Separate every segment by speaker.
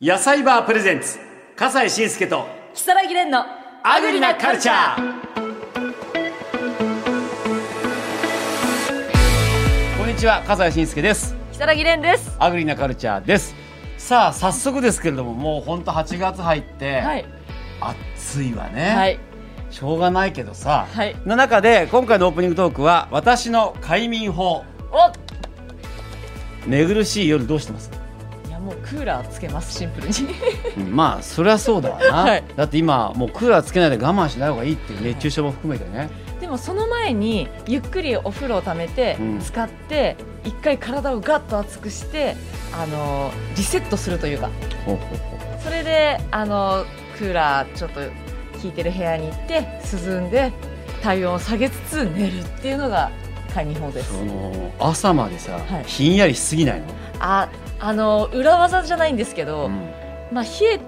Speaker 1: 野菜バープレゼンツ笠西慎介と
Speaker 2: 木更木蓮の
Speaker 1: アグリなカルチャーこんにちは笠西慎介です
Speaker 2: 木更木蓮です
Speaker 1: アグリなカルチャーですさあ早速ですけれどももうほんと8月入って、
Speaker 2: はい
Speaker 1: 暑いわね、
Speaker 2: はい
Speaker 1: しょうがないけどさ、
Speaker 2: はい
Speaker 1: の中で今回のオープニングトークは私の快眠法
Speaker 2: お
Speaker 1: 寝苦しい夜どうしてます
Speaker 2: いやもうクーラーつけますシンプルに
Speaker 1: うんまあそりゃそうだわな、
Speaker 2: はい
Speaker 1: だって今もうクーラーつけないで我慢しない方がいいっていう熱中症も含めてね、
Speaker 2: でもその前にゆっくりお風呂をためて、
Speaker 1: うん
Speaker 2: 使って一回体をガッと熱くしてあのーリセットするというか
Speaker 1: ほうほうほう
Speaker 2: それであのークーラーちょっと効いてる部屋に行って涼んで体温を下げつつ寝るっていうのが快眠法です
Speaker 1: その朝までさ、
Speaker 2: はい
Speaker 1: ひんやりしすぎないの、
Speaker 2: ああのー裏技じゃないんですけど、
Speaker 1: うん
Speaker 2: まあ、冷え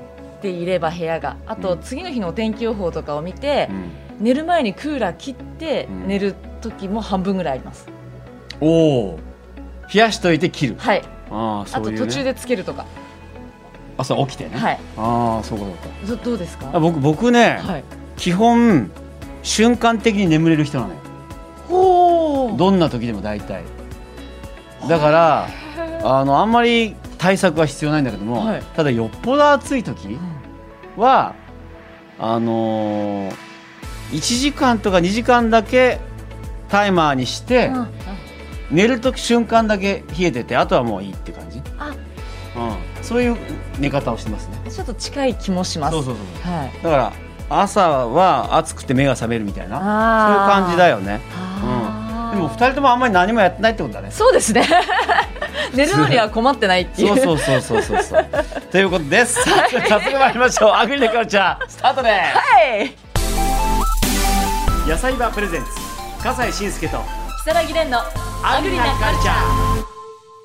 Speaker 2: ていれば部屋があと次の日のお天気予報とかを見て
Speaker 1: う、ん
Speaker 2: 寝る前にクーラー切って
Speaker 1: うん
Speaker 2: 寝る時も半分ぐらいあります、
Speaker 1: おお冷やしといて切る
Speaker 2: はい
Speaker 1: ああそ
Speaker 2: あ
Speaker 1: う
Speaker 2: と
Speaker 1: いう、ね、
Speaker 2: 途中でつけるとか
Speaker 1: 朝起きてね、
Speaker 2: はい
Speaker 1: ああそうかそうか
Speaker 2: どどうです
Speaker 1: あ
Speaker 2: か
Speaker 1: 僕僕ね、
Speaker 2: はい
Speaker 1: 基本瞬間的に眠れる人なのよ
Speaker 2: ほー
Speaker 1: どんな時でも大体だからあのあんまり対策は必要ないんだけども、
Speaker 2: はい
Speaker 1: ただよっぽど暑い時、はあのー、1時間とか2時間だけタイマーにして、
Speaker 2: うん
Speaker 1: 寝るとき瞬間だけ冷えててあとはもういいって感じ、
Speaker 2: あ
Speaker 1: うん、そういう寝方をしてますね
Speaker 2: あちょっと近い気もします
Speaker 1: そうそうそう
Speaker 2: はい
Speaker 1: だから朝は暑くて目が覚めるみたいなそういう
Speaker 2: あー
Speaker 1: 感じだよね
Speaker 2: あー
Speaker 1: でも2人ともあんまり何もやってないってことだね
Speaker 2: そうで すね寝るのには困ってないっていう
Speaker 1: そう
Speaker 2: う
Speaker 1: そうそうそうそうそう ということですさあ早速参りましょうアグリネカルチャースタートです
Speaker 2: はい
Speaker 1: 野菜場プレゼンツ笠西慎介と
Speaker 2: 如月蓮のアグリなカルチャ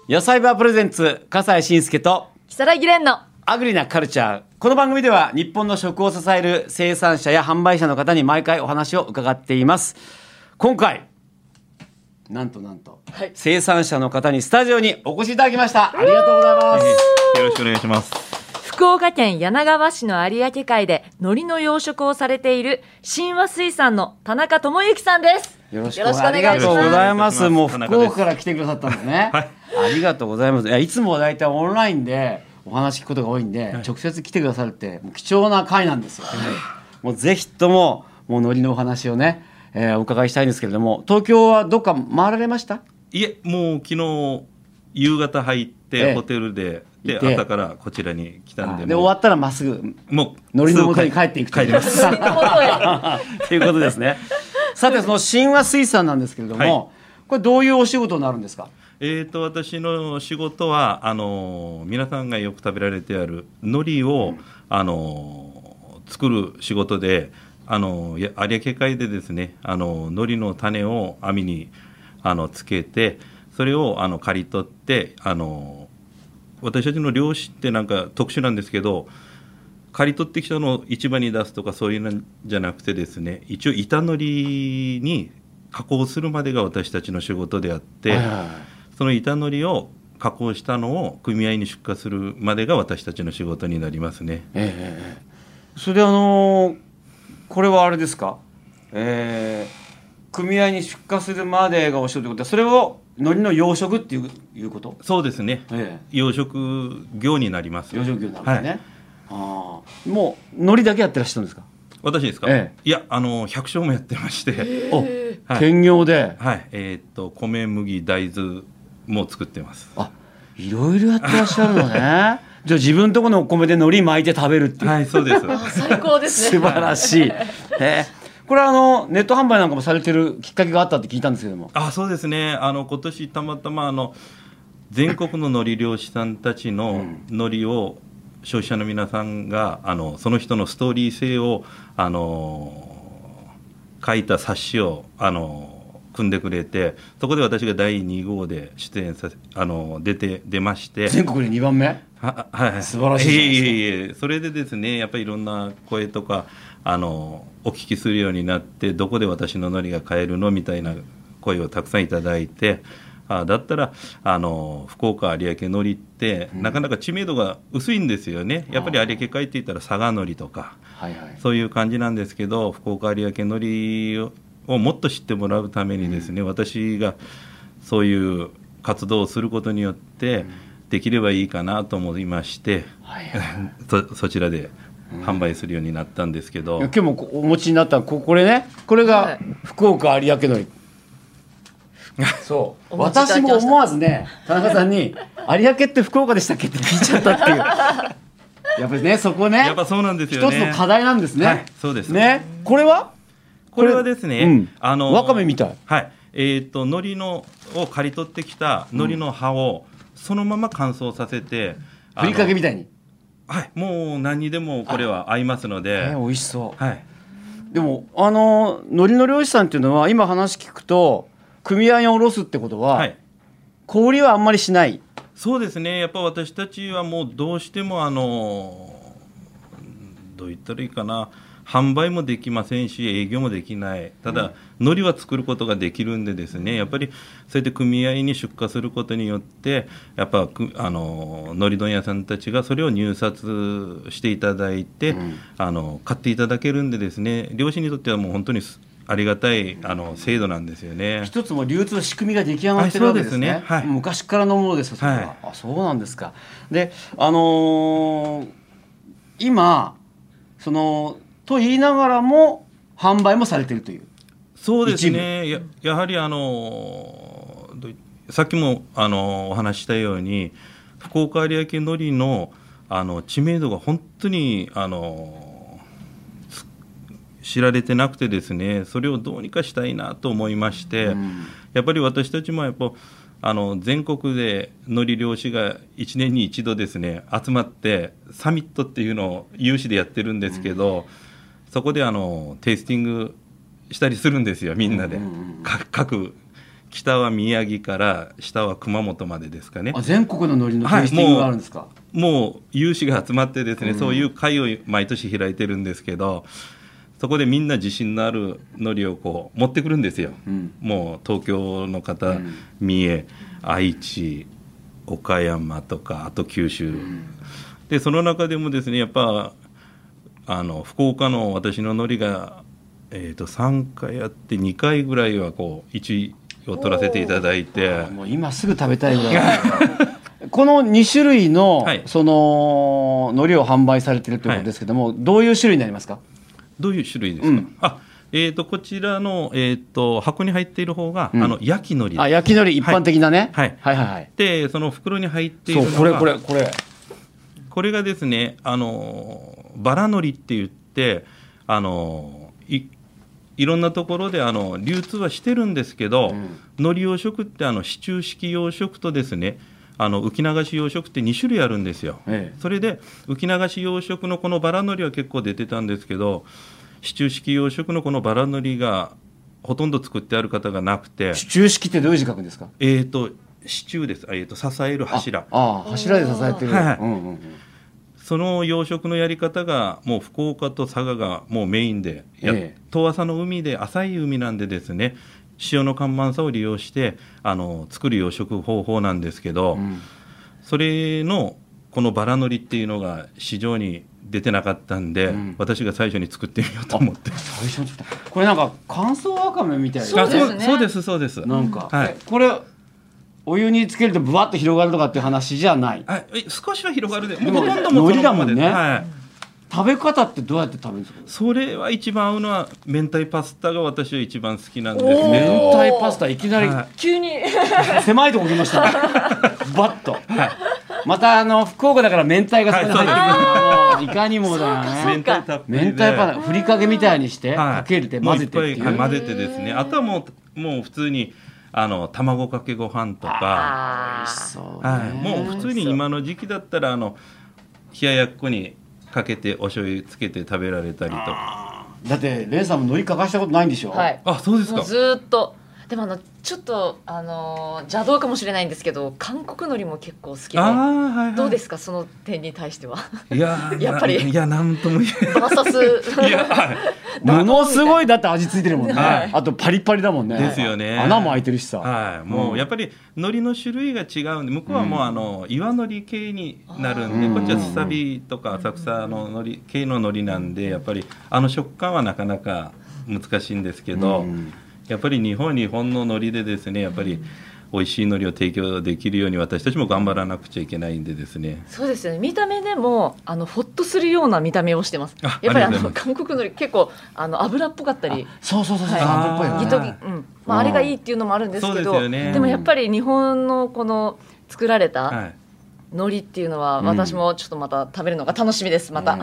Speaker 2: ー
Speaker 1: 野菜バープレゼンツ笠西慎介と
Speaker 2: 如月蓮の
Speaker 1: アグリなカルチャーこの番組では日本の食を支える生産者や販売者の方に毎回お話を伺っています今回なんとなんと、
Speaker 2: はい
Speaker 1: 生産者の方にスタジオにお越しいただきましたありがとうございます
Speaker 3: よろしくお願いします。
Speaker 2: 福岡県柳川市の有明海で海苔の養殖をされている新和水産の田中智之さんです。
Speaker 1: よろしく
Speaker 2: よろしくお
Speaker 1: あ
Speaker 2: 願い
Speaker 1: り
Speaker 2: しま
Speaker 1: がと
Speaker 2: す
Speaker 1: うございます。もう
Speaker 3: 田
Speaker 1: 福
Speaker 3: 中です
Speaker 1: 岡から来てくださったんですね。ありがとうございます。いやいつもは大体オンラインでお話聞くことが多いんで、直接来てくださるってもう貴重な会なんですよ。もうぜひとももうノリのお話をね、えーお伺いしたいんですけれども、東京はどっか回られました？
Speaker 3: いえ、もう昨日、夕方入っ
Speaker 1: ええ
Speaker 3: て、ホテルで、
Speaker 1: い
Speaker 3: で、
Speaker 1: て
Speaker 3: 朝からこちらに来たんで、
Speaker 1: で
Speaker 3: もう
Speaker 1: 終わったらまっすぐ
Speaker 3: もう、
Speaker 1: ノリの元に帰っていくと
Speaker 3: 帰
Speaker 1: いう
Speaker 3: ります。
Speaker 1: ということですね。さてその神話水産なんですけれども、
Speaker 3: はい
Speaker 1: これどういうお仕事になるんですか？
Speaker 3: えーと、私の仕事は、あのー、皆さんがよく食べられてある海苔を、あのー、作る仕事で、あのー、や有明海でですね、あのー、海苔の種を網に、あの、つけて、それを、あの、刈り取って、あのー、私たちの漁師ってなんか特殊なんですけど、刈り取ってきたのを市場に出すとかそういうのじゃなくてですね一応板のりに加工するまでが私たちの仕事であって、
Speaker 1: はいはいはい
Speaker 3: その板のりを加工したのを組合に出荷するまでが私たちの仕事になりますね
Speaker 1: ええそれであのーこれはあれですか、えー組合に出荷するまでがお仕事ということはそれを海苔の養殖っていういうこと、
Speaker 3: そうですね
Speaker 1: え
Speaker 3: 養殖業になります
Speaker 1: え養殖業なんで
Speaker 3: は
Speaker 1: す
Speaker 3: い
Speaker 1: ね、ああもう海苔だけやってらっしゃるんですか、
Speaker 3: 私ですか、
Speaker 1: え
Speaker 3: いやあの百姓もやって まして
Speaker 1: お
Speaker 3: はい
Speaker 1: 兼業で
Speaker 3: はいえーっと米麦大豆も作ってます
Speaker 1: あいろいろやってらっしゃるのねじゃあ自分とこのお米で海苔巻いて食べるっていう、
Speaker 3: はいそうです
Speaker 2: 最高です
Speaker 1: 素
Speaker 2: ね。
Speaker 1: 晴ら しい、ええこれはあのネット販売なんかもされてるきっかけがあったって聞いたんですけども
Speaker 3: あそうですねあの今年たまたまあの全国の海苔漁師さんたちの海苔を消費者の皆さんがあのその人のストーリー性をあの書いた冊子をあの組んでくれてそこで私が第2号で出演させあの出て出まして
Speaker 1: 全国で2番目
Speaker 3: ははいはい
Speaker 1: 素晴らしいじゃないですか
Speaker 3: ええええええそれでですねやっぱりいろんな声とかあのお聞きするようになってどこで私のノリが買えるのみたいな声をたくさんいただいてあだったらあの福岡有明のりって、なかなか知名度が薄いんですよねやっぱり有明海って言ったら佐賀のりとか
Speaker 1: はいはい
Speaker 3: そういう感じなんですけど福岡有明のりををもっと知ってもらうためにですね、私がそういう活動をすることによってできればいいかなと思いまして、
Speaker 1: はいはい
Speaker 3: そそちらで販売するようになったんですけど、
Speaker 1: 今日もこお持ちになったここれねこれ
Speaker 2: は
Speaker 1: が
Speaker 2: い
Speaker 1: 福岡有明のりそう
Speaker 2: お持ちいただきました
Speaker 1: 私も思わずね田中さんに「有明って福岡でしたっけ?」って聞いちゃったって いうやっぱりねそこね
Speaker 3: やっぱそうなんですよね
Speaker 1: 一つの課題なんですね、
Speaker 3: はいそうです
Speaker 1: ねこれは
Speaker 3: これはですね、
Speaker 1: うん
Speaker 3: あの
Speaker 1: わかめみたい
Speaker 3: はいえー、と海苔のを刈り取ってきた海苔の葉をそのまま乾燥させて、
Speaker 1: ふ
Speaker 3: あの
Speaker 1: りかけみたいに、
Speaker 3: はいもう何にでもこれは合いますの
Speaker 1: え
Speaker 3: で
Speaker 1: ー、美味しそう
Speaker 3: はい
Speaker 1: でもあの海苔の漁師さんっていうのは今話聞くと組合におろすってことは、
Speaker 3: はい
Speaker 1: 小売りはあんまりしない
Speaker 3: そうですねやっぱ私たちはもうどうしてもあのうんどう言ったらいいかな販売もできませんし営業もできないただ、海苔は作ることができるんでですねやっぱりそうやって組合に出荷することによってやっぱくあの海苔問屋さんたちがそれを入札していただいて、あの買っていただけるんでですね漁師にとってはもう本当にすありがたいあの制度なんですよね。
Speaker 1: 一つも流通の仕組みが出来上がってるわけですね,、
Speaker 3: はいそうですねはい
Speaker 1: 昔からのものですよそれは、
Speaker 3: はい
Speaker 1: あそうなんですかであのー今そのと言いながらも販売もされてるという
Speaker 3: そうですね、ややはりあのどういさっきもあのお話ししたように、福岡有明のりのあの知名度が本当にあのつ知られてなくてですね、それをどうにかしたいなと思いまして、
Speaker 1: ん
Speaker 3: やっぱり私たちもやっぱあの全国でのり漁師が1年に一度ですね集まってサミットっていうのを有志でやってるんですけど、そこであのテイスティングしたりするんですよみんなで、か各北は宮城から下は熊本までですかね
Speaker 1: あ全国の海苔のテイスティングがあるんですか、
Speaker 3: もう有志が集まってですね、そういう会を毎年開いてるんですけどそこでみんな自信のあるのりをこう持ってくるんですよ、
Speaker 1: うん
Speaker 3: もう東京の方、
Speaker 1: うん
Speaker 3: 三重愛知岡山とかあと九州、でその中でもですねやっぱあの福岡の私ののりが、えー、と3回あって2回ぐらいはこう1位を取らせていただいて。
Speaker 1: もう今すぐ食べたいぐらい この2種類の、
Speaker 3: はい
Speaker 1: その海苔を販売されてるということですけども、どういう種類になりますか
Speaker 3: どういう種類ですか。
Speaker 1: うん
Speaker 3: あ、えっ、とこちらのえっ、と箱に入っている方が、
Speaker 1: うん
Speaker 3: あの焼きのり
Speaker 1: あ焼き海苔一般的なね、
Speaker 3: はい
Speaker 1: はいはいはい
Speaker 3: でその袋に入っている
Speaker 1: そ
Speaker 3: の
Speaker 1: う
Speaker 3: が
Speaker 1: これこれこれ
Speaker 3: これがですねあのバラのりって言ってあのいいろんなところであの流通はしてるんですけど、
Speaker 1: ん
Speaker 3: のり養殖ってあの支柱式養殖とですねあの浮き流し養殖って2種類あるんですよ。
Speaker 1: え
Speaker 3: それで浮き流し養殖のこのバラのりは結構出てたんですけど支柱式養殖のこのバラのりがほとんど作ってある方がなくて
Speaker 1: え支柱式ってどういう字書くんですか
Speaker 3: えっ、と支柱です、えー、と支える柱
Speaker 1: ああ柱で支えてる、
Speaker 3: はいはい
Speaker 1: うんうんうん
Speaker 3: その養殖のやり方がもう福岡と佐賀がもうメインで、や
Speaker 1: ええ
Speaker 3: 遠浅の海で浅い海なんでですね潮の干満さを利用してあの作る養殖方法なんですけど、
Speaker 1: ん
Speaker 3: それのこのバラのりっていうのが市場に出てなかったんで、
Speaker 1: ん
Speaker 3: 私が最初に作ってみようと思って
Speaker 1: 最初にちょっとこれなんか乾燥わかめみたいな
Speaker 2: そうですね
Speaker 3: あそうですそうです
Speaker 1: なんか、
Speaker 3: はい
Speaker 1: えこれお湯につけるとブワッと広がるとかっていう話じゃない
Speaker 3: あえ少しは広がるで
Speaker 1: も
Speaker 3: もほとんどもうそ
Speaker 1: 海苔
Speaker 3: のままで
Speaker 1: だもん
Speaker 3: す
Speaker 1: ね
Speaker 3: はい
Speaker 1: 食べ方ってどうやって食べるんですか
Speaker 3: それは一番合うのは明太パスタが私は一番好きなんです
Speaker 2: お
Speaker 3: ね
Speaker 2: ー
Speaker 1: 明太パスタいきなり、
Speaker 3: は
Speaker 2: 急に
Speaker 1: 狭いとこ来ましたねバッと、またあの福岡だから明太がそこに入ってくる、い、いかにもだ
Speaker 2: そ
Speaker 1: ね
Speaker 2: う
Speaker 3: 明太たっぷり
Speaker 1: 明
Speaker 3: で
Speaker 1: 太パンふりかけみたいにして、
Speaker 3: はい
Speaker 1: かけて
Speaker 3: もう
Speaker 1: 混ぜてってい
Speaker 3: っ
Speaker 1: う
Speaker 3: ぱはい混ぜてですねあとはもうもう普通にあの卵かけご飯とか、
Speaker 2: あ
Speaker 1: 美味し
Speaker 2: ー
Speaker 1: そうね、
Speaker 3: はい、もう普通に今の時期だったらあの冷ややっこにかけてお醤油つけて食べられたりとか
Speaker 1: だってレンさんも海苔欠かしたことないんでしょ
Speaker 2: はい
Speaker 3: あそうです
Speaker 2: も
Speaker 3: か
Speaker 2: うずーっとでもあのちょっとあのー邪道かもしれないんですけど韓国海苔も結構好きで
Speaker 3: ああはい、はい、
Speaker 2: どうですすかその点に対しては
Speaker 3: いやー
Speaker 2: やっぱり
Speaker 3: ないやなんとも言
Speaker 2: バーサ
Speaker 3: えいや
Speaker 2: ス
Speaker 3: は
Speaker 1: も
Speaker 3: い
Speaker 1: のすごいだって味ついてるもんね、
Speaker 3: はい
Speaker 1: あとパリパリだもんね
Speaker 3: ですよね
Speaker 1: 穴も開いてるしさ、
Speaker 3: はい、もうやっぱり海苔の種類が違うんで向こうはもうあの岩海苔系になるんで
Speaker 1: あー
Speaker 3: こっちはすさびとか浅草の海苔系の海苔なんでやっぱりあの食感はなかなか難しいんですけど、
Speaker 1: うん
Speaker 3: やっぱり日本日本の海苔でですねやっぱり美味しい海苔を提供できるように私たちも頑張らなくちゃいけないんでですね
Speaker 2: そうですよね見た目でもあのほっとするような見た目をしてます
Speaker 3: あ
Speaker 2: やっぱりあ
Speaker 3: ありがと
Speaker 2: の
Speaker 3: うござ
Speaker 2: 韓国海苔結構あの油っぽかったり
Speaker 1: そうそうそうそう、
Speaker 2: はい
Speaker 1: あー
Speaker 3: あ
Speaker 2: ギ
Speaker 1: やっ
Speaker 2: ト
Speaker 1: ぱり
Speaker 2: ギ
Speaker 1: ね
Speaker 2: うんま
Speaker 1: う
Speaker 2: あ、
Speaker 1: ん
Speaker 2: あれがいいっていうのもあるんですけ
Speaker 3: そうで
Speaker 2: ど
Speaker 3: すよね
Speaker 2: もやっぱり日本のこの作られ
Speaker 3: は
Speaker 2: た
Speaker 3: い、
Speaker 2: 海苔っていうのは
Speaker 1: うん
Speaker 2: 私もちょっとまた食べるのが楽しみですまた、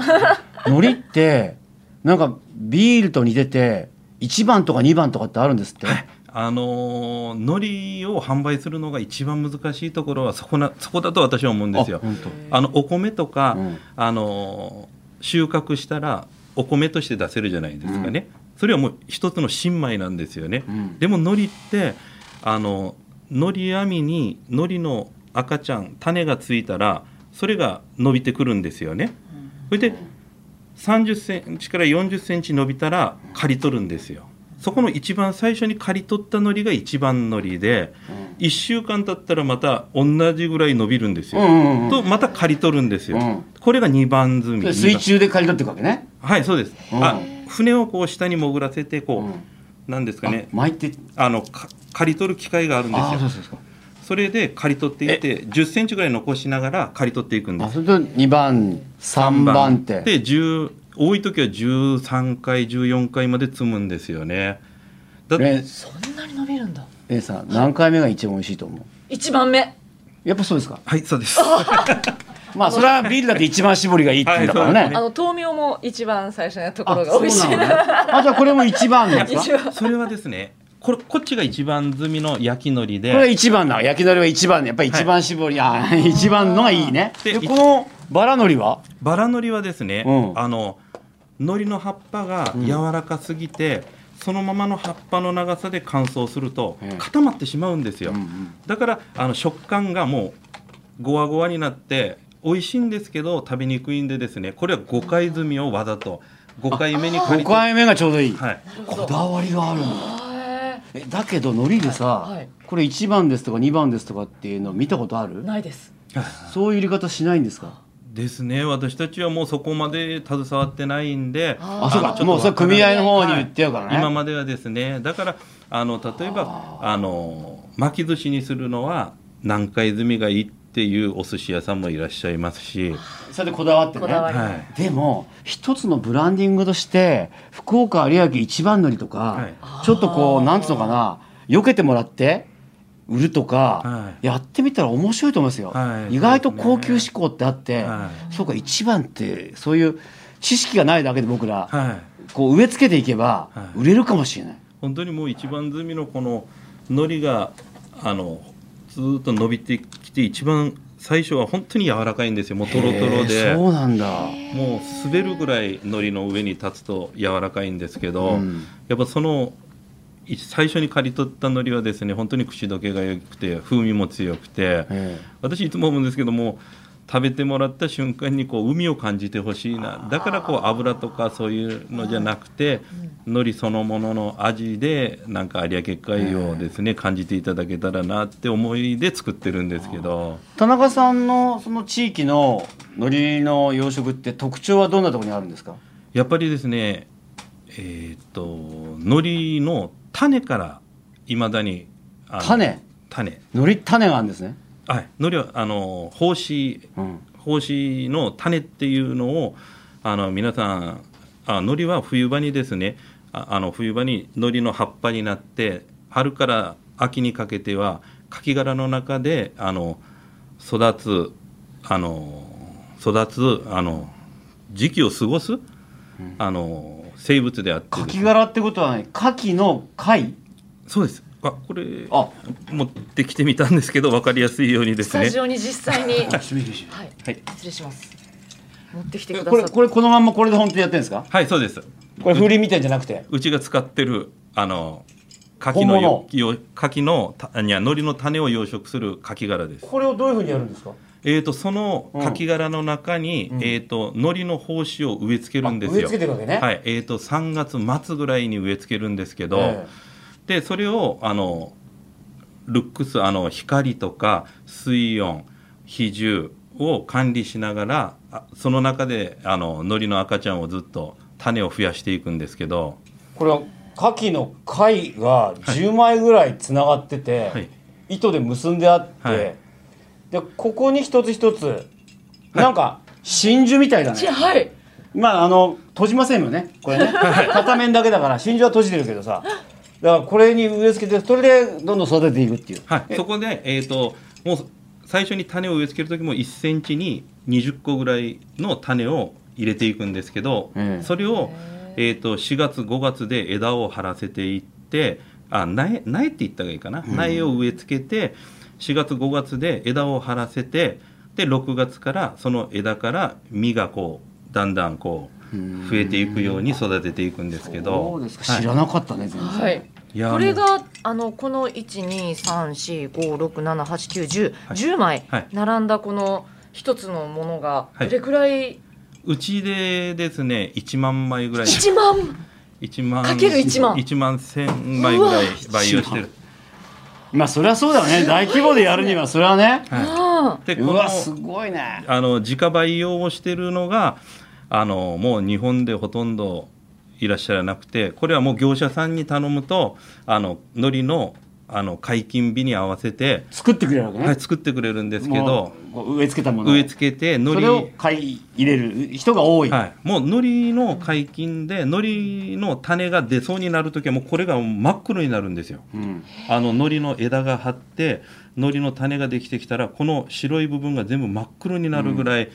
Speaker 1: 海苔ってなんかビールと似てて1番とか2番とかってあるんですって、
Speaker 3: あのー海苔を販売するのが一番難しいところはそこなそこだと私は思うんですよ
Speaker 1: あ。本当
Speaker 3: あのお米とか、
Speaker 1: うん
Speaker 3: あの収穫したらお米として出せるじゃないですかね、それはもう一つの新米なんですよね、
Speaker 1: うん
Speaker 3: でも海苔ってあの海苔網に海苔の赤ちゃん種がついたらそれが伸びてくるんですよねそれで30センチから40センチ伸びたら刈り取るんですよそこの一番最初に刈り取った海苔が一番海苔で1週間経ったらまた同じぐらい伸びるんですよ、
Speaker 1: うんうんうん
Speaker 3: とまた刈り取るんですよ、
Speaker 1: うん
Speaker 3: これが2番積み
Speaker 1: それ水中で刈り取っていくわけね、
Speaker 3: はいそうです、
Speaker 1: うん
Speaker 3: あ船をこう下に潜らせてこう、
Speaker 1: うん
Speaker 3: なんですかね
Speaker 1: あ巻いて
Speaker 3: あのか刈り取る機械があるんで
Speaker 1: ああ
Speaker 3: す
Speaker 1: そ
Speaker 3: よ
Speaker 1: うそうそう
Speaker 3: それで刈り取っていって1 0ンチぐらい残しながら刈り取っていくんで
Speaker 1: あ
Speaker 3: す
Speaker 1: それと2番3番って
Speaker 3: で10多い時は13回14回まで積むんですよねだって、
Speaker 1: ね
Speaker 2: そんなに伸びるんだ
Speaker 1: えさん何回目が一番美味しいと思う
Speaker 2: 一番目
Speaker 1: やっぱそうですか
Speaker 3: はいそうです
Speaker 1: まあそれはビールだって一番搾りがいいって言うんだからね,、
Speaker 3: はい
Speaker 2: あの豆苗も一番最初のところ
Speaker 1: あ
Speaker 2: が
Speaker 1: そう
Speaker 2: 美味し
Speaker 1: ないのね
Speaker 2: な
Speaker 1: あじゃあこれも一番なんですか
Speaker 2: 一番
Speaker 3: それはですねこれこっちが一番積みの焼き海苔で
Speaker 1: これが一番な焼き海苔は一番ねやっぱり一番絞り、あー一番のがいいね
Speaker 3: で
Speaker 1: でこのバラ海苔は
Speaker 3: バラのりはですね、
Speaker 1: うん
Speaker 3: あの海苔の葉っぱが柔らかすぎて、そのままの葉っぱの長さで乾燥すると
Speaker 1: うん
Speaker 3: 固まってしまうんですよ、
Speaker 1: うんうん
Speaker 3: だからあの食感がもうゴワゴワになって美味しいんですけど食べにくいんでですねこれは5回積みをわざと5回目に借
Speaker 1: 5
Speaker 3: りては
Speaker 1: 回目がちょうどいい、
Speaker 3: い
Speaker 2: る
Speaker 1: こ
Speaker 2: ほど
Speaker 1: だわりがあるんだ
Speaker 2: へ
Speaker 1: えだけど海苔でさ、
Speaker 2: はいはい
Speaker 1: これ1番ですとか2番ですとかっていうの見たことあ
Speaker 2: ー
Speaker 1: る
Speaker 2: ないです
Speaker 1: そういう入れ方しないんですか
Speaker 3: ですね私たちはもうそこまで携わってないんで
Speaker 2: あー
Speaker 1: あそう
Speaker 3: の
Speaker 1: か
Speaker 3: ちょっと
Speaker 1: もうそれ組合の方に言ってよからね、
Speaker 3: 今まではですねだからあの例えばあの巻き寿司にするのは何回済みがいいっていうお寿司屋さんもいらっしゃいますし、
Speaker 1: それでこだわってね
Speaker 2: こだわり
Speaker 3: は
Speaker 1: でも一つのブランディングとして福岡有明一番乗りとか、
Speaker 3: は
Speaker 1: ちょっとこうなんつうのかな避けてもらって売るとか、
Speaker 3: はい
Speaker 1: やってみたら面白いと思いますよ、
Speaker 3: はい
Speaker 1: 意外と
Speaker 3: そうですね
Speaker 1: 高級志向ってあって、
Speaker 3: は
Speaker 1: そうか一番ってそういう知識がないだけで僕ら、
Speaker 3: い、はい、
Speaker 1: こう植え付けていけば
Speaker 3: はい
Speaker 1: 売れるかもしれない、
Speaker 3: 本当にもう一番済みのこの海苔があのずーっと伸びてきて一番最初は本当に柔らかいんですよもうトロトロ
Speaker 1: へ
Speaker 3: で
Speaker 1: ーそうなんだ
Speaker 3: もう滑るぐらい海苔の上に立つと柔らかいんですけど、
Speaker 1: うん
Speaker 3: やっぱそのい最初に刈り取った海苔はですね本当に口どけが良くて風味も強くて
Speaker 1: え
Speaker 3: 私いつも思うんですけども食べてもらった瞬間にこう海を感じてほしいなだからこう油とかそういうのじゃなくて海苔そのものの味でなんか有明海をですね感じていただけたらなって思いで作ってるんですけど。
Speaker 1: 田中さんのその地域の海苔の養殖って特徴はどんなところにあるんですか
Speaker 3: やっぱりですねえーっと海苔の種からいまだにあの
Speaker 1: 種
Speaker 3: 種
Speaker 1: 海苔種があるんですね、
Speaker 3: はい海苔はあの胞子
Speaker 1: うん
Speaker 3: 胞子の種っていうのをあの皆さんあ海苔は冬場にですねああの冬場に海苔の葉っぱになって春から秋にかけてはカキ殻の中であの育つあの育つあの時期を過ごす、あの生物であって
Speaker 1: カ
Speaker 3: です
Speaker 1: キ
Speaker 3: ね
Speaker 1: 殻ってことはね、カキの貝。
Speaker 3: そうですあこれ
Speaker 1: あ、
Speaker 3: 持ってきてみたんですけど分かりやすいようにで
Speaker 2: ス
Speaker 3: す
Speaker 2: タ
Speaker 3: ね
Speaker 2: ジオに実際にはい
Speaker 3: はい
Speaker 2: 失礼します持ってきてくださ
Speaker 1: これ、これ、このまんま、これで本当にやってるんですか。
Speaker 3: はいそうです
Speaker 1: これ、風鈴みたいじゃなくて。
Speaker 3: うちが使ってるあの牡蠣
Speaker 1: 本
Speaker 3: のよよ牡蠣のたいや海苔の種を養殖する牡蠣殻です。
Speaker 1: これをどういうふうにやるんですか
Speaker 3: えー、とその
Speaker 1: うん
Speaker 3: 牡蠣殻の中に、
Speaker 1: うん
Speaker 3: えー、と海苔の胞子を植え付けるんです
Speaker 1: あ植え
Speaker 3: よ。
Speaker 1: 付けてるわけね
Speaker 3: はいえー、と3月末ぐらいに植え付けるんですけど、
Speaker 1: え
Speaker 3: でそれをあのルックスあの光とか水温比重を管理しながらあその中であの海苔の赤ちゃんをずっと種を増やしていくんですけど、
Speaker 1: えこれは牡蠣の貝が10枚ぐらいつながってて、
Speaker 3: はい、
Speaker 1: 糸で結んであって、
Speaker 3: はい
Speaker 1: でここに一つ一つなんか真珠みたいだね、
Speaker 2: はい
Speaker 1: まああの閉じませんよねこれね片面だけだから真珠は閉じてるけどさだからこれに植え付けてそれでどんどん育てていくっていう
Speaker 3: はい、そこで、えー、ともう最初に種を植え付ける時も1センチに20個ぐらいの種を入れていくんですけど、
Speaker 1: うん
Speaker 3: それを、えー、と4月5月で枝を張らせていってあ苗苗って言った方がいいかな、苗を植え付けて4月5月で枝を張らせてで6月からその枝から実がこうだんだんこう増えていくように育てていくんですけど
Speaker 1: そうですか
Speaker 3: はい
Speaker 1: 知らなかったね全然、
Speaker 2: はい
Speaker 3: いやー
Speaker 2: これ
Speaker 3: もう
Speaker 2: があのこの一二三四五六七八九十
Speaker 3: はい
Speaker 2: 十枚
Speaker 3: はい
Speaker 2: 並んだこの一つのものが
Speaker 3: は
Speaker 2: ど
Speaker 3: い
Speaker 2: れくらいう
Speaker 3: ちでですね1万枚ぐらい
Speaker 2: 一万
Speaker 3: 1万
Speaker 2: かける1万
Speaker 3: 1万1000枚ぐらいう
Speaker 2: わ
Speaker 3: 培養してる
Speaker 1: まあそりゃそうだよね大規模でやるにはそれはね
Speaker 3: は
Speaker 2: あ
Speaker 3: いでこ
Speaker 1: う
Speaker 3: の
Speaker 1: わすごいね
Speaker 3: あの自家培養をしてるのがあのもう日本でほとんどいらっしゃらなくてこれはもう業者さんに頼むとあの海苔のあの解禁日に合わせて、
Speaker 1: 作ってくれるわけね、
Speaker 3: はい、作ってくれるんですけ
Speaker 1: も
Speaker 3: ど
Speaker 1: うこう植え付けたものを
Speaker 3: 植え付けて海
Speaker 1: そ
Speaker 3: 苔
Speaker 1: れを買い入れる人が多い、
Speaker 3: はい、もう海苔の解禁で海苔の種が出そうになる時はもうこれが真っ黒になるんですよ。
Speaker 1: うん
Speaker 3: あの海苔の枝が張って海苔の種ができてきたらこの白い部分が全部真っ黒になるぐらい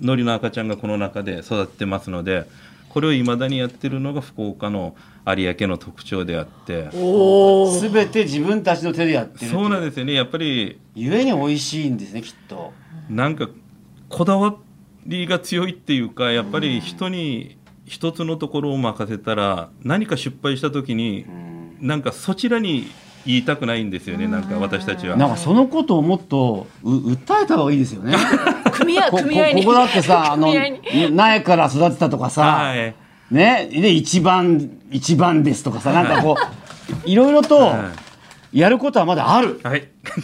Speaker 3: 海苔の赤ちゃんがこの中で育ってますのでこれをいまだにやってるのが福岡の有明の特徴であって
Speaker 2: おお
Speaker 1: 全て自分たちの手でやってるってい
Speaker 3: そうなんですよねやっぱり
Speaker 1: ゆえに美味しいんですねきっと
Speaker 3: なんかこだわりが強いっていうかやっぱり人に一つのところを任せたら何か失敗した時になんかそちらに言いたくないんですよねなんか私たちは。
Speaker 1: なんかそのことをもっとう訴えた方がいいですよね
Speaker 2: 組合
Speaker 1: こここ
Speaker 2: 組合に
Speaker 1: こだって さあの
Speaker 2: 組合に
Speaker 1: 苗から育てたとかさ、
Speaker 3: はい
Speaker 1: ねで一番一番ですとかさなんかこういろいろと
Speaker 3: は
Speaker 1: やることはまだある
Speaker 3: はい。頑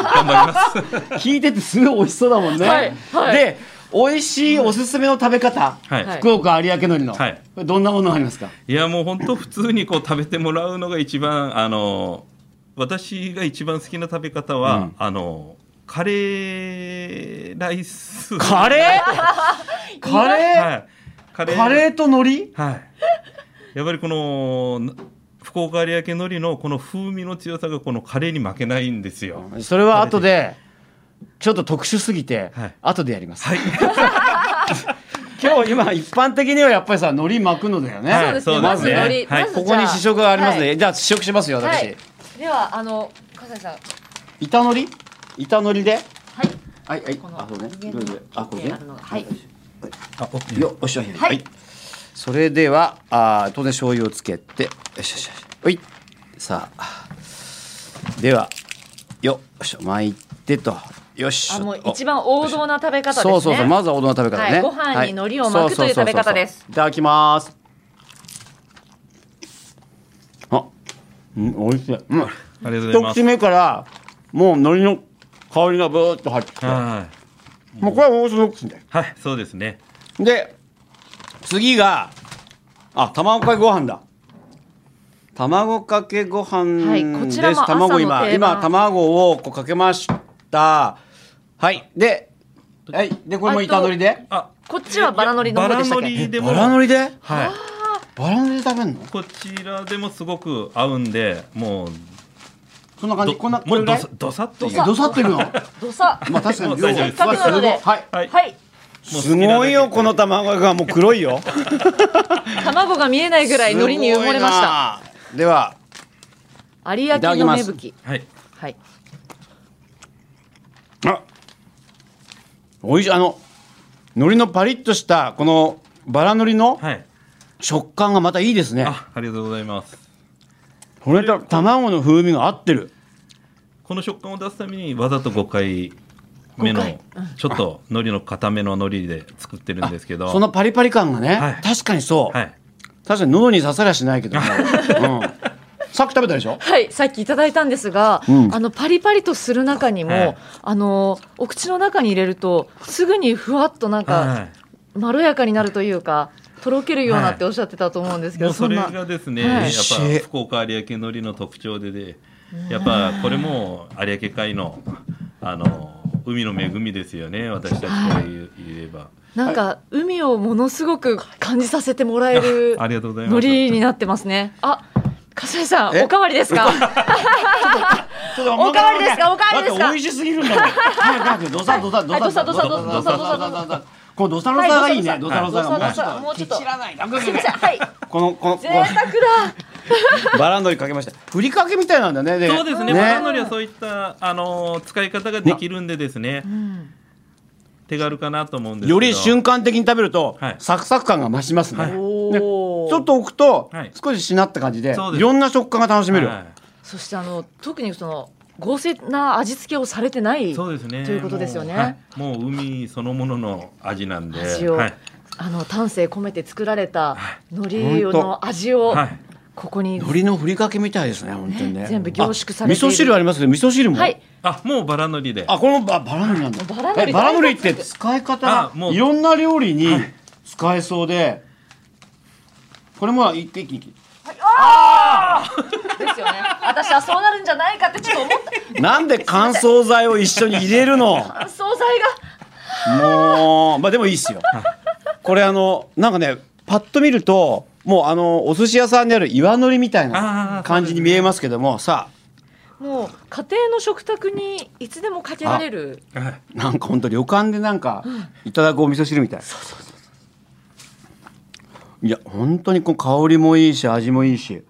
Speaker 3: 張ります。
Speaker 1: 聞いててすごい美味しそうだもんね、
Speaker 2: はいはい
Speaker 1: で美味しいおすすめの食べ方、
Speaker 3: はい。
Speaker 2: はい
Speaker 1: 福岡有明海苔の、
Speaker 3: はい
Speaker 1: これどんなものがありますか
Speaker 3: い、やもう本当普通にこう食べてもらうのが一番あの私が一番好きな食べ方は、
Speaker 1: うん
Speaker 3: あのカレーライス。
Speaker 1: カレー カレー、
Speaker 3: はい。カレー。
Speaker 1: カレーと海苔
Speaker 3: はい。やっぱりこのな福岡有明海苔のこの風味の強さがこのカレーに負けないんですよ。
Speaker 1: それは後でちょっと特殊すぎて、
Speaker 3: はい
Speaker 1: 後でやります、
Speaker 3: はい。
Speaker 1: 今日今一般的にはやっぱりさ海苔巻くのだよね、
Speaker 3: はい
Speaker 2: そうで
Speaker 1: ますず
Speaker 2: ね
Speaker 1: ね
Speaker 2: まず海苔
Speaker 3: はい
Speaker 2: まずじゃ
Speaker 1: ここに試食がありますね、
Speaker 2: はい
Speaker 1: じゃあ試食しますよ私、
Speaker 2: はいではあの笠井さんは
Speaker 1: 板のり板のりで
Speaker 2: い
Speaker 1: はいはい
Speaker 2: この
Speaker 1: あこれね
Speaker 2: 上に
Speaker 1: どれどれあこれね
Speaker 2: あるのがはい
Speaker 3: あ、お
Speaker 1: よっおしょ
Speaker 2: は
Speaker 1: はいいそれではあー当然醤油をつけてよしよしよしおいさあではよっしょ巻いてとよし
Speaker 2: あもう
Speaker 1: お
Speaker 2: 一番王道な食べ方ですね
Speaker 1: そうそうそうまずはおどの食べ方ね、
Speaker 2: はいご飯に海苔を巻くとい
Speaker 1: そそそ
Speaker 2: う
Speaker 1: そ
Speaker 2: 食べ方です
Speaker 1: いただきますあうん美味しい、うん、
Speaker 3: ありがとうござい
Speaker 1: 一
Speaker 3: ます
Speaker 1: 口。目からもう海苔の香りがブーッと入ってきて
Speaker 3: はい。
Speaker 1: もうこれはオーソドックスで
Speaker 3: はい、そうですね。
Speaker 1: で次があ卵かけご飯だ卵かけご飯
Speaker 2: は
Speaker 1: で
Speaker 2: い
Speaker 1: す、
Speaker 2: こちらも朝の
Speaker 1: 卵今
Speaker 2: 定番
Speaker 1: 今卵をこうかけましたはいではいでこれも板のりで
Speaker 3: あ、
Speaker 2: こっちはバラのりの方でしたっ
Speaker 3: いやバラの
Speaker 2: け
Speaker 3: りでも
Speaker 1: バラのりで
Speaker 3: はい。
Speaker 1: バラのりで食べるの
Speaker 3: こちらでもすごく合うんで、もう
Speaker 1: そんな感じ
Speaker 3: ど
Speaker 1: こんなこ
Speaker 3: も
Speaker 1: れ
Speaker 3: う
Speaker 1: ぐら
Speaker 3: ど
Speaker 1: い
Speaker 3: さどさっと
Speaker 1: ど
Speaker 3: いう
Speaker 1: さどさっといくのま
Speaker 2: どさ
Speaker 1: あ確かに量
Speaker 3: もう大丈
Speaker 1: が
Speaker 3: 夫です
Speaker 2: せっかくなので
Speaker 1: はい
Speaker 3: はい
Speaker 2: はい
Speaker 3: もう
Speaker 1: すごいよこの
Speaker 3: 好きなだ
Speaker 1: 卵がもう黒いよ
Speaker 2: 卵が見えないぐらい海苔に埋もれました
Speaker 1: たでは
Speaker 2: 有明の芽吹き
Speaker 3: けはい。
Speaker 2: はい
Speaker 1: あおいしいあの海苔のパリッとしたこのバラ海苔の
Speaker 3: はい。
Speaker 1: 食感がまたいいですね
Speaker 3: あ、ありがとうございます。
Speaker 1: これと卵の風味が合ってる
Speaker 3: この食感を出すためにわざと5回目の
Speaker 2: 五回
Speaker 3: ちょっと海苔の固めの海苔で作ってるんですけど
Speaker 1: そのパリパリ感がね、
Speaker 3: はい
Speaker 1: 確かにそう、
Speaker 3: はい
Speaker 1: 確かに喉に刺さりゃしないけど、 ねうん、さっき食べたでしょ
Speaker 2: はい、さっきいただいたんですが、
Speaker 1: うん
Speaker 2: あのパリパリとする中にも、
Speaker 3: はい
Speaker 2: あのお口の中に入れるとすぐにふわっとなんか、
Speaker 3: は
Speaker 2: まろやかになるというかとろけるようなってお
Speaker 3: は
Speaker 2: っしゃってたと思うんです
Speaker 3: い
Speaker 2: け
Speaker 3: も
Speaker 2: ど、
Speaker 3: うそれ
Speaker 2: んな
Speaker 3: がですね、
Speaker 2: はい
Speaker 3: やっ
Speaker 1: 美味しい
Speaker 3: ぱ福岡有明海苔の特徴ででやっぱこれも有明海のあの海の恵みですよね私たちから言う言えば
Speaker 2: なんか海をものすごく感じさせてもらえる
Speaker 3: ありがとうございます
Speaker 2: 海苔になってますねあ笠井さん
Speaker 1: え
Speaker 2: おかわりですかおかわりですかおかわりですか
Speaker 1: だって美味しすぎるんだもん早く早くドサドサドサ
Speaker 2: はいドサドサドサ
Speaker 1: ドサドサドサドサこのドサドサがいいね
Speaker 2: はい
Speaker 1: ド
Speaker 2: ド
Speaker 1: サ
Speaker 2: サ
Speaker 1: ド
Speaker 2: ド
Speaker 1: サ
Speaker 2: サ
Speaker 1: がも
Speaker 2: も
Speaker 1: う
Speaker 2: う
Speaker 1: ち
Speaker 2: ち
Speaker 1: ょ
Speaker 2: ょ
Speaker 1: っと切
Speaker 2: っと
Speaker 1: らないだ
Speaker 2: すいませんはい
Speaker 1: このこのこ
Speaker 2: 贅沢だ
Speaker 1: のバランドリかけましたふりかけみたいなんだねで
Speaker 3: そうですね。バラのりはそういったあのー使い方ができるんでですね。手軽かなと思うんですけど。
Speaker 1: より瞬間的に食べると
Speaker 3: はい
Speaker 1: サクサク感が増します
Speaker 3: はい
Speaker 1: ね
Speaker 2: お
Speaker 1: ちょっ
Speaker 2: ー
Speaker 1: と置くと
Speaker 3: はい
Speaker 1: 少ししなった感じで
Speaker 3: そうです
Speaker 1: いろんな食感が楽しめる
Speaker 3: は
Speaker 2: そしてあの特にその合成な味付けをされてない
Speaker 3: いそうですね。
Speaker 2: ということですよね
Speaker 3: もう,、はい、もう海そのものの味なんで。
Speaker 2: 味を、
Speaker 3: はい。
Speaker 2: あの丹精込めて作られた海苔
Speaker 1: ほんと
Speaker 2: の味を
Speaker 3: はい
Speaker 2: ここに、
Speaker 1: 海苔のふりかけみたいですね本当にね
Speaker 2: ね全部凝縮されている
Speaker 1: あ味噌汁ありますけど味噌汁も
Speaker 2: はい
Speaker 3: あ、もうバラのりで。
Speaker 1: あこのババラのりなんだ
Speaker 2: バラのり
Speaker 1: えバラのりって使い方
Speaker 3: あもう
Speaker 1: いろんな料理に使えそうでこれも一気一気一
Speaker 2: ですよね私はそうなるんじゃないかってちょっと思った
Speaker 1: 気なんで乾燥剤を一緒に入れるの
Speaker 2: あの惣菜が
Speaker 1: もうまあでもいいっすよこれあのなんかねパッと見るともうあのお寿司屋さんである岩のりみたいな
Speaker 3: あー
Speaker 1: 感じに見えますけどもさあ
Speaker 2: もう家庭の食卓にいつでもかけられる
Speaker 3: はい。
Speaker 1: なんかほんと旅館でなんかいただくお味噌汁みたいいや本当にこう香りもいいし味もいいし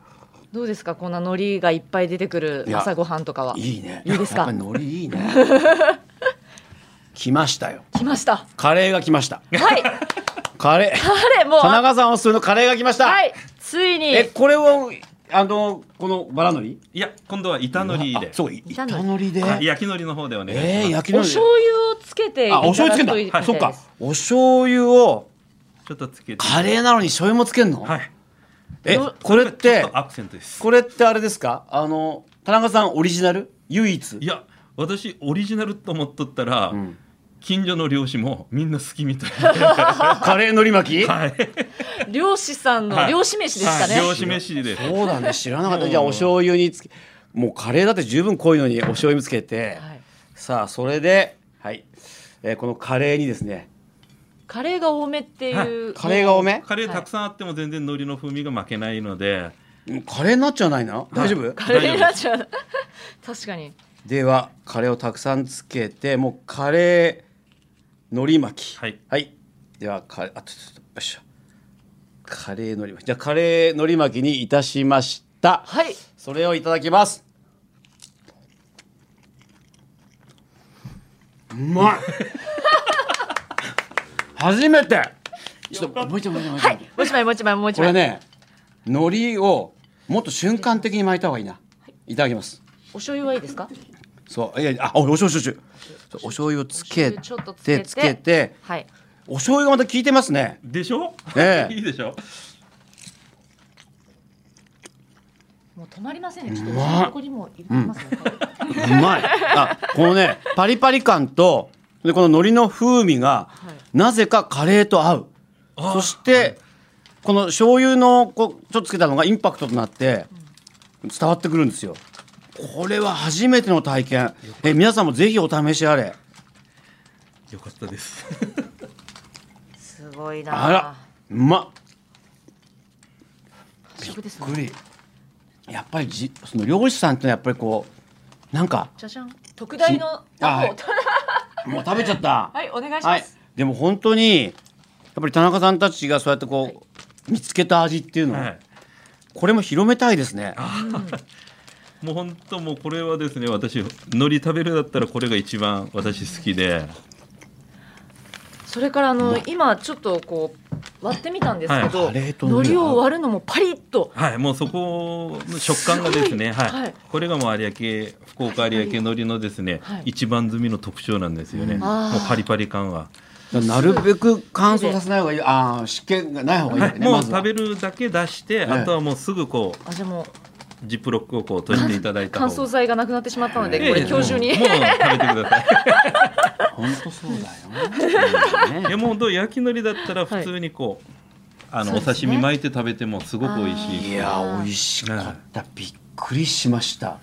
Speaker 2: どうですかこんな海苔がいっぱい出てくる
Speaker 1: いや
Speaker 2: 朝ごはんとかはい
Speaker 1: いね。
Speaker 2: いいです
Speaker 1: や
Speaker 2: か
Speaker 1: っぱり海苔い いね。来ましたよ。
Speaker 2: 来ました
Speaker 1: カレーが来ました。
Speaker 2: はい
Speaker 1: カレー。
Speaker 2: あ れもう
Speaker 1: 田中さんおすすめのカレーが来ました。
Speaker 2: はいついに
Speaker 1: え、これを、あの、このバラのり。
Speaker 3: いや、今度は板のり
Speaker 1: あ
Speaker 3: で。
Speaker 1: そう、い
Speaker 2: 板
Speaker 1: 板
Speaker 2: 海苔
Speaker 1: のりで。
Speaker 3: はい焼きのりの方でお願いします。
Speaker 1: えー、焼き
Speaker 2: お
Speaker 1: のり。
Speaker 2: 醤油をつけていた
Speaker 1: あ、お
Speaker 2: だ
Speaker 1: 醤油
Speaker 2: く
Speaker 1: つ
Speaker 2: と
Speaker 1: け
Speaker 2: いい
Speaker 1: んだ。
Speaker 2: みた
Speaker 1: あ
Speaker 2: い
Speaker 1: そっ
Speaker 2: で
Speaker 1: か
Speaker 2: す。
Speaker 1: お醤油を。
Speaker 3: ちょっとつけて。
Speaker 1: カレーなのに醤油もつけんの。
Speaker 3: はい。
Speaker 1: え、これっ
Speaker 3: ち
Speaker 1: て
Speaker 3: ょっ。とアクセントです。
Speaker 1: これってあれですか。あの、田中さんオリジナル。唯一
Speaker 3: い。や、私オリジナルと思っとったら、
Speaker 1: ん
Speaker 3: 近所の漁師もみんな好きみたい で。は
Speaker 1: カレーのり巻き。
Speaker 3: い。
Speaker 2: 漁師さんの
Speaker 3: はい
Speaker 2: 漁師飯でしたね、
Speaker 3: はい漁師飯です。
Speaker 1: そうだね知らなかったじゃあお醤油につけもうカレーだって十分濃いのにお醤油つけて、
Speaker 2: はい
Speaker 1: さあそれではい、えーこのカレーにですね
Speaker 2: カレーが多めっていう、
Speaker 1: カレーが多め
Speaker 3: カレーたくさんあっても全然海苔の風味が負けないので、
Speaker 1: うんカレーになっちゃわないの大丈夫、
Speaker 2: カレーになっちゃう 確かに
Speaker 1: ではカレーをたくさんつけてもうカレーのり巻き
Speaker 3: はい
Speaker 1: ではカレーあちょっとよいしょカレーのり巻きじゃあカレーのり巻きにいたしました
Speaker 2: はい
Speaker 1: それをいただきますうまい初めてちょっともう一枚もう一枚もう一枚
Speaker 2: もう一枚もう一枚もう一
Speaker 1: これ
Speaker 2: 枚、
Speaker 1: ね海苔をもっと瞬間的に巻いた方がいいないただきます
Speaker 2: お醤油はいいですか
Speaker 1: そういやいやあおお醤油お醤油そうお醤油をつけて
Speaker 2: ちょっとつけ
Speaker 1: つ
Speaker 2: て
Speaker 1: けて
Speaker 2: はい
Speaker 1: お醤油がまた効いてますね
Speaker 3: でしょ？
Speaker 1: ええ
Speaker 3: いいでしょ？
Speaker 2: もう止まりませんねちょっ
Speaker 1: う
Speaker 2: と
Speaker 1: まい
Speaker 2: お醤油ここにも入れますね、
Speaker 1: うまいあこのねパリパリ感とでこの海苔の風味が
Speaker 2: い
Speaker 1: なぜかカレーと合う、
Speaker 3: あ
Speaker 1: そしてこの醤油のこうちょっとつけたのがインパクトとなって伝わってくるんですよこれは初めての体験え皆さんもぜひお試しあれ
Speaker 3: よかったです。
Speaker 2: すごいな
Speaker 1: あらうまっ
Speaker 2: 発色です
Speaker 1: びっく
Speaker 2: ね
Speaker 1: りやっぱりじその漁師さんってのはやっぱりこうなんか
Speaker 2: じゃじゃん特大のタコを
Speaker 1: もう食べちゃった
Speaker 2: はいお願いします、
Speaker 1: はい、でも本当にやっぱり田中さんたちがそうやってこう、見つけた味っていうのを、
Speaker 3: はい。
Speaker 1: これも広めたいですね
Speaker 3: もう本当もうこれはですね、私海苔食べるだったらこれが一番私好きで、
Speaker 2: それからあの今ちょっとこう割ってみたんですけど、
Speaker 1: はいカレーと海苔
Speaker 2: 海苔を割るのもパリッと
Speaker 3: はい、もうそこの食感がですね、
Speaker 2: すごい
Speaker 3: はい、
Speaker 2: はい
Speaker 3: これがもう有明、福岡有明のりのですね、
Speaker 2: はい
Speaker 3: 一番摘みの特徴なんですよね。もう
Speaker 2: あー
Speaker 3: パリパリ感は。
Speaker 1: なるべく乾燥させない方がいいああ湿気がない方がいい
Speaker 3: は
Speaker 1: わ
Speaker 3: い、
Speaker 1: けね、
Speaker 3: も
Speaker 1: ま
Speaker 3: う
Speaker 1: ず
Speaker 3: 食
Speaker 1: は
Speaker 3: べるだけ出して、あとはもうすぐこ
Speaker 2: あじゃあもう
Speaker 3: う、ジップロックをこう閉じていただいた
Speaker 2: 乾
Speaker 3: 方
Speaker 2: 燥
Speaker 3: が。
Speaker 2: 剤がなくなってしまったので、
Speaker 1: ええ
Speaker 2: これ今日中に、
Speaker 3: もうもう食べてください。
Speaker 1: 本当そうだよ、
Speaker 3: いやもう本当焼き海苔だったら普通にこう、あの
Speaker 2: そ
Speaker 3: お
Speaker 2: うです
Speaker 3: 刺
Speaker 2: ね
Speaker 3: 身巻いて食べてもすごく美味しい
Speaker 1: いや美味しかった、びっくりしました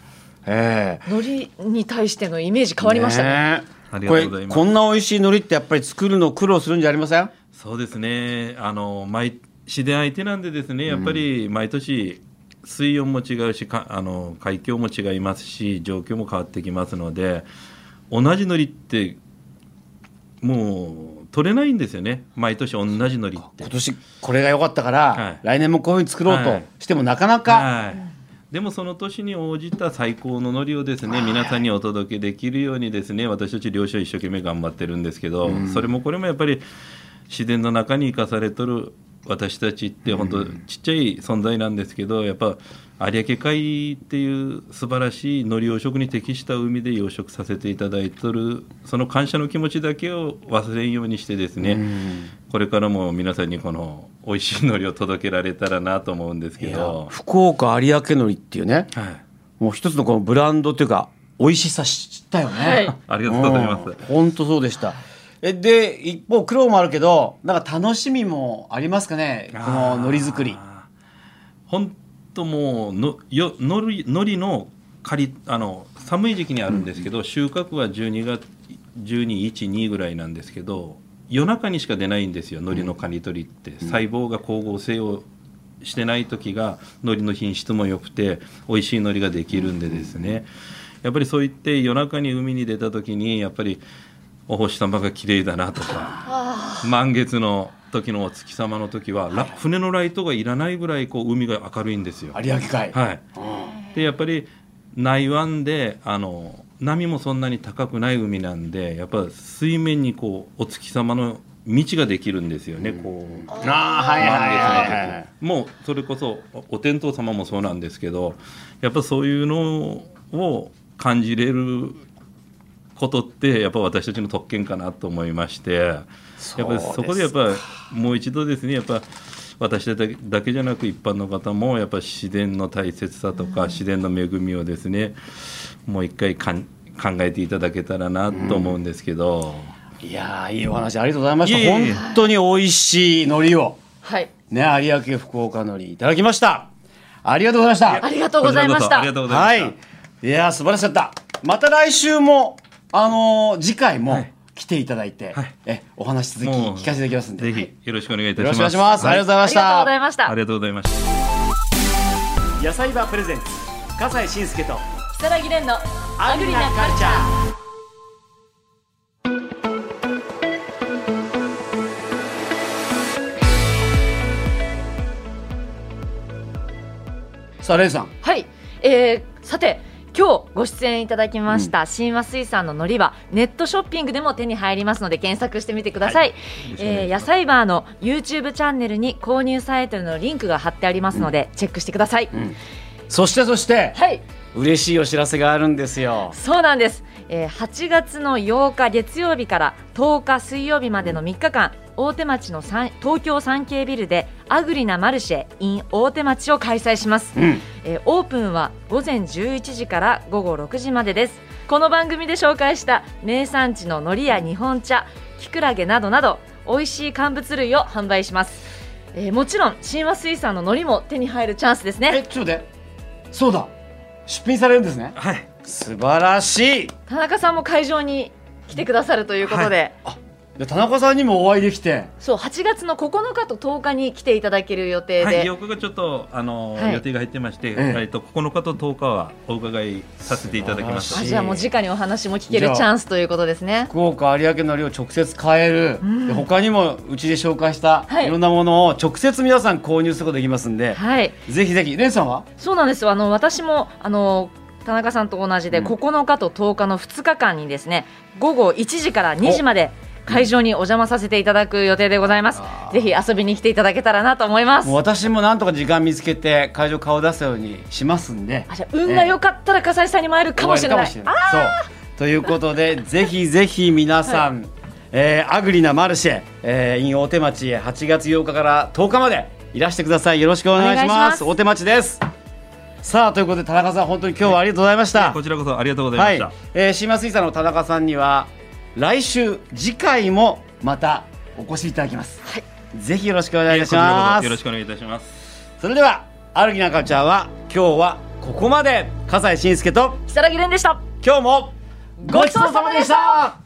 Speaker 1: ええ
Speaker 2: 海苔に対してのイメージ変わりましたね
Speaker 1: ね
Speaker 3: ありが
Speaker 1: ことれ
Speaker 3: うございます
Speaker 1: こんな美味しい海苔ってやっぱり作るの苦労するんじゃありません
Speaker 3: そうですねあの毎自然相手なんでですねやっぱり毎年水温も違うしかあの海峡も違いますし状況も変わってきますので同じ海苔ってもう取れないんですよね毎年同じ海苔って
Speaker 1: 今。年これが良かったから、
Speaker 3: はい
Speaker 1: 来年もこういうふうに作ろう
Speaker 3: は
Speaker 1: と
Speaker 3: い
Speaker 1: してもなかなか、
Speaker 3: はい、でもその年に応じた最高のノリをですね皆さんにお届けできるようにですね私たち漁師は一生懸命頑張ってるんですけど、それもこれもやっぱり自然の中に生かされとる私たちって本当ちっちゃい存在なんですけどやっぱ有明海っていう素晴らしい海苔養殖に適した海で養殖させていただいとるその感謝の気持ちだけを忘れんようにしてですね、これからも皆さんにこの美味しい海苔を届けられたらなと思うんですけ
Speaker 1: いや
Speaker 3: ど。
Speaker 1: 福岡有明海苔っていうね
Speaker 3: はい
Speaker 1: もう一つのこのブランドというか美味しさ知ったよね、
Speaker 2: はい
Speaker 3: ありがとうございます
Speaker 1: 本当そうでしたえで一方苦労もあるけどなんか楽しみもありますかねこの海苔作り
Speaker 3: あーほんともうのよのりのりの刈りあの寒い時期にあるんですけど、収穫は12月1212ぐらいなんですけど夜中にしか出ないんですよのりの刈り取りって、細胞が光合成をしてない時が海苔の品質も良くて美味しい海苔ができるんでですね、やっぱりそう言って夜中に海に出た時にやっぱりお星様が綺麗だなとか。満月の時のお月様の時は、ら船のライトがいらないぐらいこう海が明るいんですよ。
Speaker 1: 有明海、
Speaker 3: はい、でやっぱり内湾であの波もそんなに高くない海なんでやっぱ水面にこうお月様の道ができるんですよね、こう
Speaker 1: ああはいはいはいはい
Speaker 3: もうそれこそおお天道様もそうなんですけどやっぱそういうのを感じれることってやっぱ私たちの特権かなと思いましてやっぱりそこでやっぱもう一度ですねやっぱ私たちだけじゃなく一般の方もやっぱ自然の大切さとか自然の恵みをですねもう一回かん考えていただけたらなと思うんですけど、
Speaker 1: いやーいいお話ありがとうございました
Speaker 3: いえいえいえ
Speaker 1: 本当に美味しい海苔を
Speaker 2: はい
Speaker 1: ね有明福岡海苔いただきましたありがとうございました
Speaker 2: ありがとうございました
Speaker 3: こちらこそありがとうございま
Speaker 1: は
Speaker 3: した。
Speaker 1: い。いやー素晴らしかった。また来週もあのー次回
Speaker 3: は
Speaker 1: も
Speaker 3: い
Speaker 1: 来ていただいて、
Speaker 3: はい
Speaker 1: えお話続き
Speaker 3: もう
Speaker 1: 聞かせていただきますんで。
Speaker 3: ぜ
Speaker 1: よ
Speaker 3: ひよろしくお願いいたし
Speaker 1: ろ
Speaker 3: ま
Speaker 1: しく
Speaker 3: す。
Speaker 1: お願いします。ありがとうござい
Speaker 2: あ
Speaker 1: ま
Speaker 2: り
Speaker 1: し
Speaker 2: がとうご
Speaker 1: た
Speaker 2: ざ。いました
Speaker 3: ありがとうございました。
Speaker 1: 野菜バープレゼンツ笠西信介と
Speaker 2: 木更木蓮のアグリなカルチャー
Speaker 1: さあレイさん。
Speaker 2: はい、えー、さて今日ご出演いただきました神話水産の海苔はネットショッピングでも手に入りますので検索してみてください、えー野菜バーの YouTube チャンネルに購入サイトのリンクが貼ってありますのでチェックしてください、
Speaker 1: そしてそして、
Speaker 2: はい
Speaker 1: 嬉しいお知らせがあるんですよ。
Speaker 2: そうなんです、えー8月の8日月曜日から10日水曜日までの3日間大手町の三東京三景ビルでアグリなマルシェ in 大手町を開催します、
Speaker 1: ん
Speaker 2: えーオープンは午前11時から午後6時までですこの番組で紹介した名産地の海苔や日本茶きくらげなどなど美味しい乾物類を販売します、えーもちろん神話水産の海苔も手に入るチャンスです
Speaker 1: え
Speaker 2: ね
Speaker 1: ちょっと待って。そうだ。出品されるんですね。
Speaker 3: はい。
Speaker 1: 素晴らしい。
Speaker 2: 田中さんも会場に来てくださるということで、
Speaker 1: で田中さんにもお会いできて。
Speaker 2: そう8月の9日と10日に来ていただける予定
Speaker 3: はい、
Speaker 2: で、
Speaker 3: 8日がちょっとあの、
Speaker 2: はい
Speaker 3: 予定が入ってまして、え
Speaker 1: ええ
Speaker 3: っと9日と10日はお伺いさせていただきま
Speaker 1: 素晴ら
Speaker 2: あ
Speaker 3: す。
Speaker 1: しい
Speaker 2: じゃあもう直にお話も聞けるチャンスということですね。
Speaker 1: 福岡有明のりを直接買える、で他にもうちで紹介した
Speaker 2: はい
Speaker 1: いろんなものを直接皆さん購入することができますんで、
Speaker 2: はい、
Speaker 1: ぜひぜひレンさんは
Speaker 2: そうなんですよあの私もあの田中さんと同じで、9日と10日の2日間にですね午後1時から2時まで会場にお邪魔させていただく予定でございます、ぜひ遊びに来ていただけたらなと思います
Speaker 1: もう私もなんとか時間見つけて会場顔出すようにしますんで
Speaker 2: あじゃあ運が良かったら笠井さんにも会えるかもしれない,、
Speaker 1: 終わるかもしれないそうということでぜひぜひ皆さん、えーアグリなマルシェ、えー、in 大手町へ8月8日から10日までいらしてくださいよろしくお願いし
Speaker 2: お願
Speaker 1: ま
Speaker 2: いしますす
Speaker 1: 大手町ですさあということで田中さん本当に今日はありがとうございました、
Speaker 3: こちらこそありがとうございま
Speaker 1: は
Speaker 3: し
Speaker 1: い
Speaker 3: た、、
Speaker 1: えー、島水産の田中さんには来週次回もまたお越しいただきます、
Speaker 2: はい
Speaker 1: ぜひよろしくお願いい
Speaker 3: こ
Speaker 1: たし
Speaker 3: ちらこ
Speaker 1: ま
Speaker 3: そ
Speaker 1: す、
Speaker 3: よろしくお願いいたします
Speaker 1: それではアルギナカルチャーは今日はここまで笠井信介と
Speaker 2: 如月蓮でした
Speaker 1: 今日もごちそうさまでした